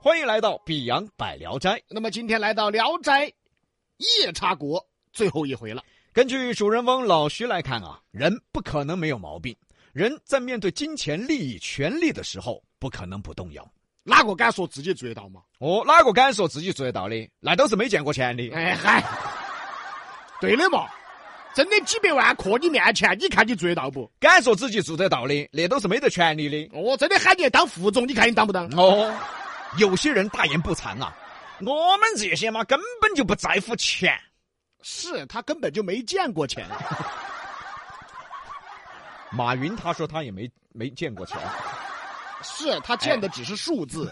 欢迎来到比洋百聊斋。那么今天来到《聊斋》，夜叉国最后一回了。根据主人翁老徐来看啊，人不可能没有毛病。人在面对金钱、利益、权利的时候，不可能不动摇。哪个敢说自己追到吗？哦，哪个敢说自己做得到的？那都是没见过钱的。哎嗨，对的嘛，真的几百万搁你面前，你看你追到不？敢说自己做得到的，那都是没得权利的。我真的喊你当副总，你看你当不当？哦，有些人大言不惭啊，我们这些嘛根本就不在乎钱。是他根本就没见过钱，马云他说他也没没见过钱，是他见的只是数字。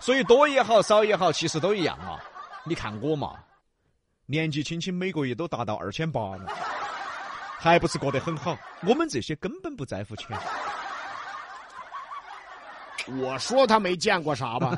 所以多也好，少也好，其实都一样啊。你看我嘛，年纪轻轻每个月都达到二千八了，还不是过得很好？我们这些根本不在乎钱。我说他没见过啥吧？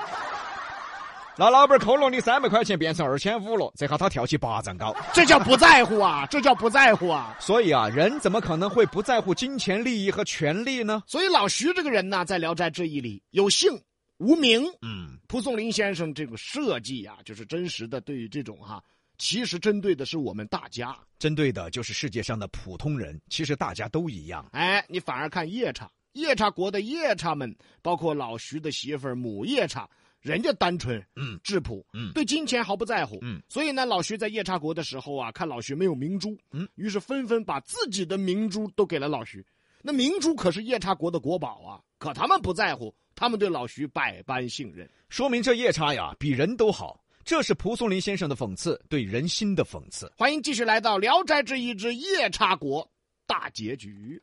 那老板扣了你三百块钱，变成二千五了，这下他跳起八丈高。这叫不在乎啊！这叫不在乎啊！所以啊，人怎么可能会不在乎金钱、利益和权利呢？所以老徐这个人呢，在《聊斋志异》里有姓无名。嗯，蒲松龄先生这个设计啊，就是真实的对于这种哈、其实针对的是我们大家。针对的就是世界上的普通人，其实大家都一样。哎，你反而看夜叉，夜叉国的夜叉们，包括老徐的媳妇儿母夜叉，人家单纯，嗯，质朴，嗯对金钱毫不在乎，嗯，所以呢，老徐在夜叉国的时候啊，看老徐没有明珠，嗯，于是纷纷把自己的明珠都给了老徐。那明珠可是夜叉国的国宝啊，可他们不在乎，他们对老徐百般信任。说明这夜叉呀比人都好，这是蒲松龄先生的讽刺，对人心的讽刺。欢迎继续来到《聊斋志异》之夜叉国大结局。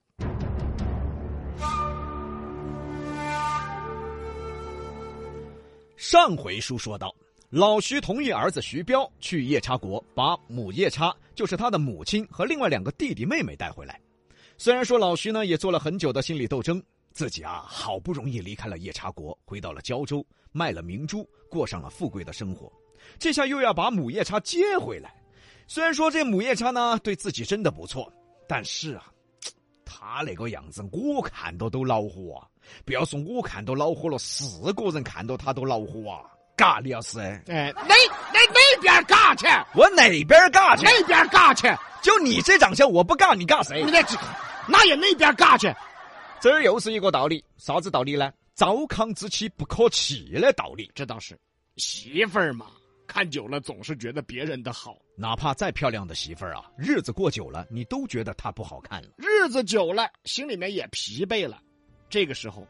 上回书说到，老徐同意儿子徐彪去夜叉国，把母夜叉，就是他的母亲和另外两个弟弟妹妹带回来。虽然说老徐呢也做了很久的心理斗争，自己啊好不容易离开了夜叉国，回到了胶州，卖了明珠，过上了富贵的生活。这下又要把母夜叉接回来。虽然说这母夜叉呢对自己真的不错，但是啊，他那个样子我看到都恼火啊！不要说我看到恼火了，是个人看到他都恼火啊！嘎，李老师，哎，那那那边尬去，我哪边嘎去？那边尬去，就你这长相，我不嘎，你嘎谁你？那这那也那边尬去。这儿又是一个道理，啥子道理呢？糟糠之妻不可弃的道理。这倒是，媳妇儿嘛，看久了总是觉得别人的好，哪怕再漂亮的媳妇儿啊，日子过久了，你都觉得她不好看了。日子久了，心里面也疲惫了。这个时候，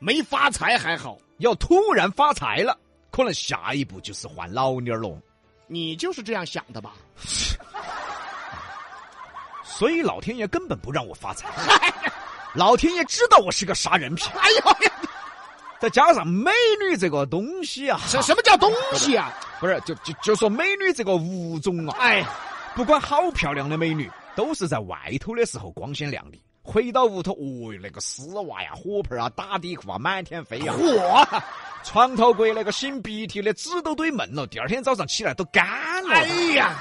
没发财还好，要突然发财了，可能下一步就是换老妞儿了。你就是这样想的吧？所以老天爷根本不让我发 财。老天爷知道我是个啥人品，哎呦呀，再加上美女这个东西啊，什什么叫东西啊？不是就就就说美女这个物种啊，哎，不管好漂亮的美女，都是在外头的时候光鲜亮丽，回到屋头，哦哟，那个丝袜呀、火盆啊、打底裤啊，满天飞呀、嚯！床头柜那个擤鼻涕的纸都堆闷了，第二天早上起来都干了。哎呀，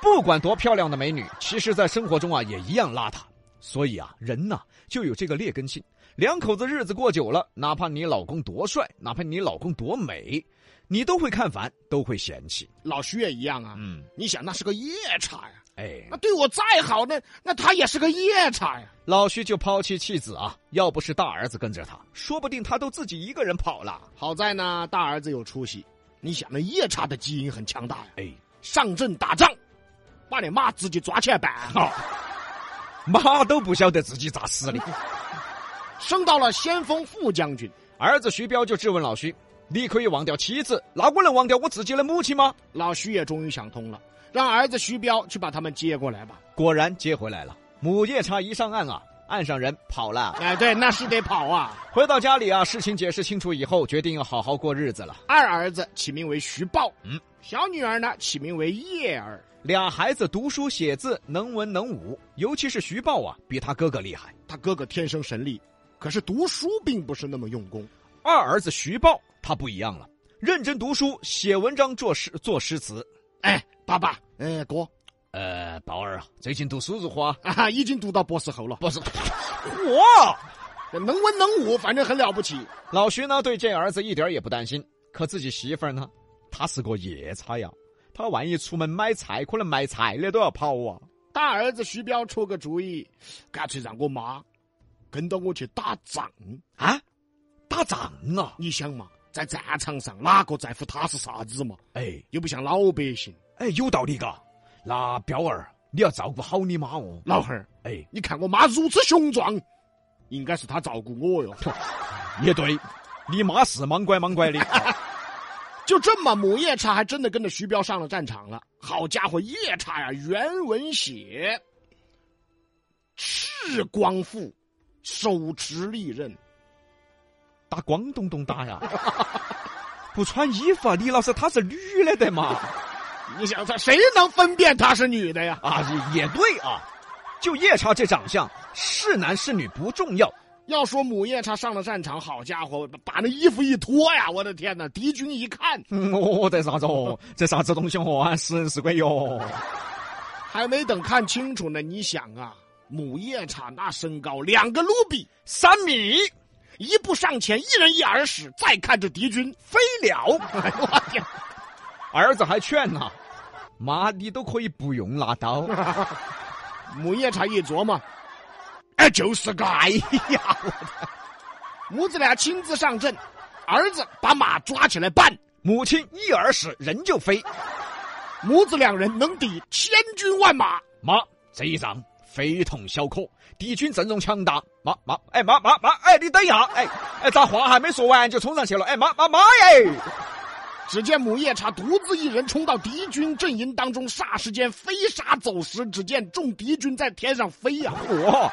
不管多漂亮的美女，其实在生活中啊也一样邋遢。所以啊，人呐、就有这个劣根性。两口子日子过久了，哪怕你老公多帅，哪怕你老公多美，你都会看烦，都会嫌弃。老徐也一样啊。嗯，你想，那是个夜叉呀、哎那，对我再好，那那他也是个夜叉呀、老徐就抛弃妻子啊，要不是大儿子跟着他，说不定他都自己一个人跑了。好在呢，大儿子有出息。你想，那夜叉的基因很强大呀、哎，上阵打仗，把你妈自己抓起来办。好、妈都不晓得自己咋死的。升到了先锋副将军。 儿子徐彪就质问老徐：“你可以忘掉妻子，那我能忘掉我自己的母亲吗老徐也终于想通了，让儿子徐彪去把他们接过来吧。？”果然接回来了。母夜叉一上岸啊，岸上人跑了。哎，对，那是得跑啊。回到家里啊，事情解释清楚以后，决定要好好过日子了。二儿子起名为徐豹，嗯，小女儿呢起名为叶儿。俩孩子读书写字，能文能武，尤其是徐豹啊，比他哥哥厉害。他哥哥天生神力，可是读书并不是那么用功。二儿子徐豹他不一样了，认真读书，写文章，作诗，作诗词。哎，爸爸，哎，哥呃，豹儿啊，最近读书如何？啊，已经读到博士后了。不是，我能文能武，反正很了不起。老徐呢，对这儿子一点儿也不担心。可自己媳妇儿呢，她是个夜叉呀，她万一出门买菜，可能卖菜的都要跑啊。大儿子徐彪出个主意，干脆让我妈跟到我去打仗。啊，打仗啊！你想嘛，在战场上哪个在乎他是啥子嘛？哎又不像老百姓。哎，有道理嘎。那彪儿，你要照顾好你妈哦。老汉儿，哎，你看我妈如此雄壮，应该是她照顾我哟。 也对，你妈是莽拐莽拐的。就这么，母夜叉还真的跟着徐彪上了战场了。好家伙，夜叉呀，袁文写，赤光腹，手持利刃，打光咚咚打呀！不穿衣服啊，李老师她是女的得嘛？你想他谁能分辨她是女的呀？啊，也也对啊。就夜叉这长相，是男是女不重要，要说母夜叉上了战场，好家伙，把那衣服一脱呀，我的天哪！敌军一看，嗯，哦，这啥子哦？这啥子东西哦？俺食人是鬼哟！还没等看清楚呢，你想啊，母夜叉那身高两个卢比，三米一步上前，一人一耳屎，再看着敌军，飞了，哎呦我天！儿子还劝呐、妈，你都可以不用拿刀。母夜叉一琢磨，哎，就是个，哎呀，我的！母子俩亲自上阵，儿子把马抓起来绊，母亲一耳屎，人就飞。母子两人能抵千军万马。妈，这一仗非同小可，敌军阵容强大。妈妈，哎妈妈妈，哎你等一下，哎哎，咋话还没说完就冲上去了？哎妈妈妈耶！只见母夜叉独自一人冲到敌军阵营当中，霎时间飞沙走石。只见众敌军在天上飞呀、哇，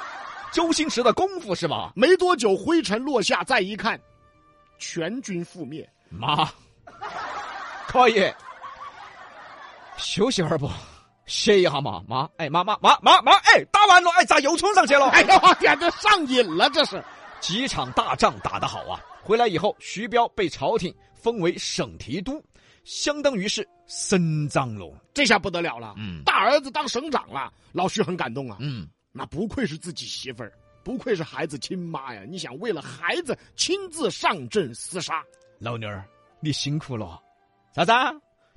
周星驰的功夫是吧？没多久灰尘落下，再一看，全军覆灭。 妈，可以休息会儿不？歇一下嘛，妈，哎妈妈妈妈妈，哎打完了，哎咋又冲上去了？哎呀，我天，这上瘾了，这是。几场大仗打得好啊！回来以后，徐彪被朝廷封为省提督，相当于是省长了。这下不得了了，嗯大儿子当省长了，老徐很感动啊。嗯，那不愧是自己媳妇儿，不愧是孩子亲妈呀！你想，为了孩子亲自上阵厮杀，老妞儿，你辛苦了。啥子？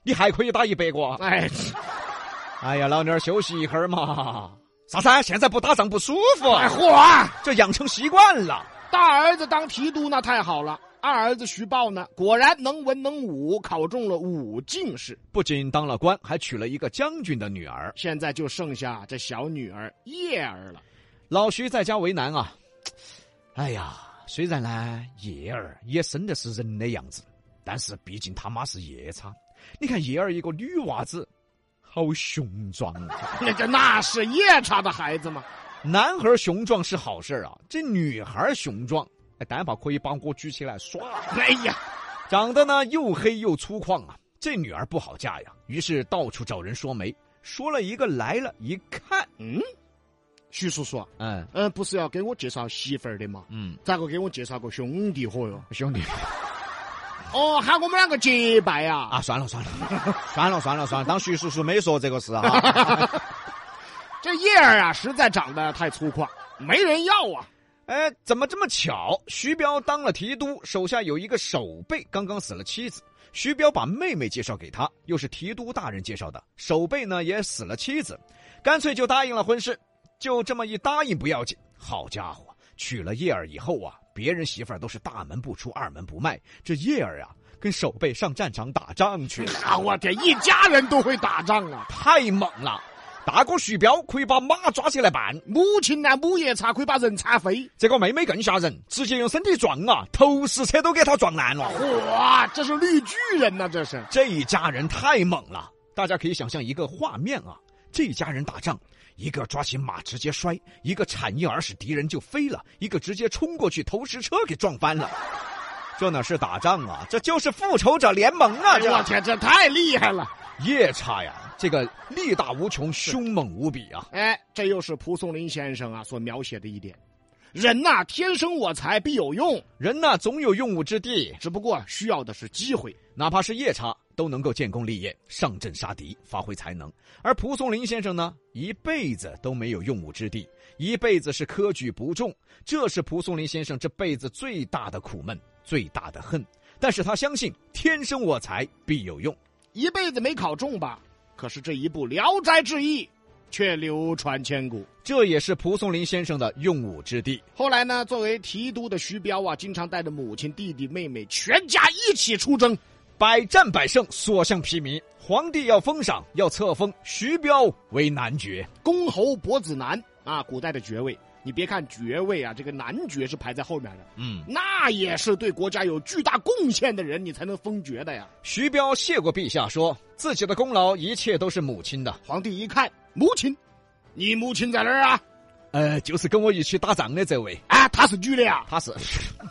你还可以打一百个啊？哎，哎呀，老妞儿休息一会儿嘛。啥子？现在不打仗不舒服，啊哎嚯！这养成习惯了。大儿子当提督那太好了，二儿子徐豹呢，果然能文能武，考中了武进士。不仅当了官，还娶了一个将军的女儿。现在就剩下这小女儿叶儿了。 老徐在家为难啊，哎呀，虽然呢叶儿也生的是人的样子，但是毕竟他妈是夜叉。你看叶儿一个女娃子，好雄壮啊！那这那是夜叉的孩子吗？男孩儿雄壮是好事儿啊，这女孩儿雄壮，哎，担保可以把我举起来耍。 哎呀，长得呢又黑又粗犷啊，这女儿不好嫁呀，于是到处找人说媒，说了一个来了，一看，嗯，徐叔叔啊，嗯嗯、不是要给我介绍媳妇儿的吗？嗯，咋个给我介绍个兄弟伙哟？兄弟。哦，喊我们两个结拜啊！啊，算了算了，算了算了算了，当徐叔叔没说这个事 啊。这叶儿啊，实在长得太粗犷，没人要啊。哎，怎么这么巧？徐彪当了提督，手下有一个守备刚刚死了妻子，徐彪把妹妹介绍给他，又是提督大人介绍的，守备呢也死了妻子，干脆就答应了婚事。就这么一答应不要紧，好家伙，娶了叶儿以后啊，别人媳妇儿都是大门不出二门不迈，这叶儿啊跟守备上战场打仗去了。啊，我天，一家人都会打仗啊！太猛了！大哥徐彪可以把马抓起来办，母亲呢，母夜叉可以把人铲飞。这个妹妹更吓人，直接用身体撞啊，投石车都给她撞烂了。哇，这是绿巨人呐、这是。这一家人太猛了，大家可以想象一个画面啊，这一家人打仗，一个抓起马直接摔，一个铲一耳屎敌人就飞了，一个直接冲过去投石车给撞翻了。这哪是打仗啊，这就是复仇者联盟啊！哎呦，我这天，这太厉害了！夜叉呀，这个力大无穷，凶猛无比啊！哎，这又是蒲松龄先生啊所描写的一点。人呐、天生我材必有用，人呐，总有用武之地，只不过需要的是机会。哪怕是夜叉，都能够建功立业、上阵杀敌、发挥才能。而蒲松龄先生呢，一辈子都没有用武之地，一辈子是科举不中，这是蒲松龄先生这辈子最大的苦闷、最大的恨。但是他相信天生我材必有用。一辈子没考中吧？可是这一部《聊斋志异》却流传千古。这也是蒲松龄先生的用武之地。后来呢，作为提督的徐彪啊，经常带着母亲、弟弟、妹妹，全家一起出征。百战百胜，所向披靡。皇帝要封赏，要册封徐彪为男爵。公侯伯子男啊，古代的爵位，你别看爵位啊，这个男爵是排在后面的，嗯，那也是对国家有巨大贡献的人，你才能封爵的呀。徐彪谢过陛下说，自己的功劳一切都是母亲的。皇帝一看，母亲，你母亲在哪儿啊？呃，就是跟我一起打仗的这位，啊，她是女的呀，他是，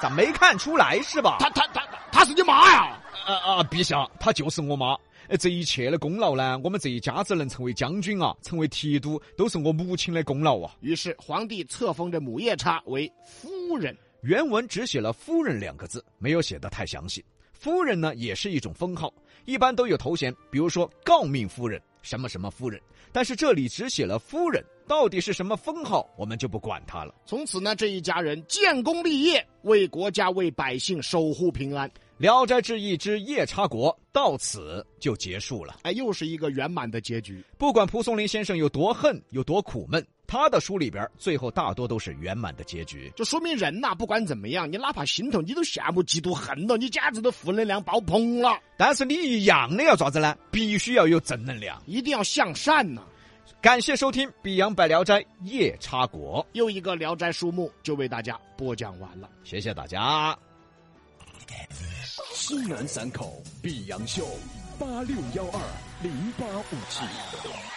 咋没看出来是吧？她她她她是你妈呀。啊啊！陛下，她就是我妈。呃这一切的功劳呢，我们这一家子能成为将军啊，成为提督，都是我母亲的功劳啊。于是皇帝册封这母夜叉为夫人。原文只写了“夫人”两个字，没有写的太详细。夫人呢，也是一种封号，一般都有头衔，比如说诰命夫人、什么什么夫人。但是这里只写了夫人，到底是什么封号，我们就不管它了。从此呢，这一家人建功立业，为国家为百姓守护平安。 《聊斋志异》之夜叉国到此就结束了。哎，又是一个圆满的结局。不管蒲松龄先生有多恨，有多苦闷，他的书里边最后大多都是圆满的结局。就说明人呐、不管怎么样，你哪怕心头你都羡慕、嫉妒、恨了，你简直都负能量爆棚了。但是你一样的要咋子呢？必须要有正能量。一定要向善呐、感谢收听《比洋百聊斋夜叉国》，又一个《聊斋书目》就为大家播讲完了。谢谢大家。西南散口碧阳秀，八六幺二零八五七。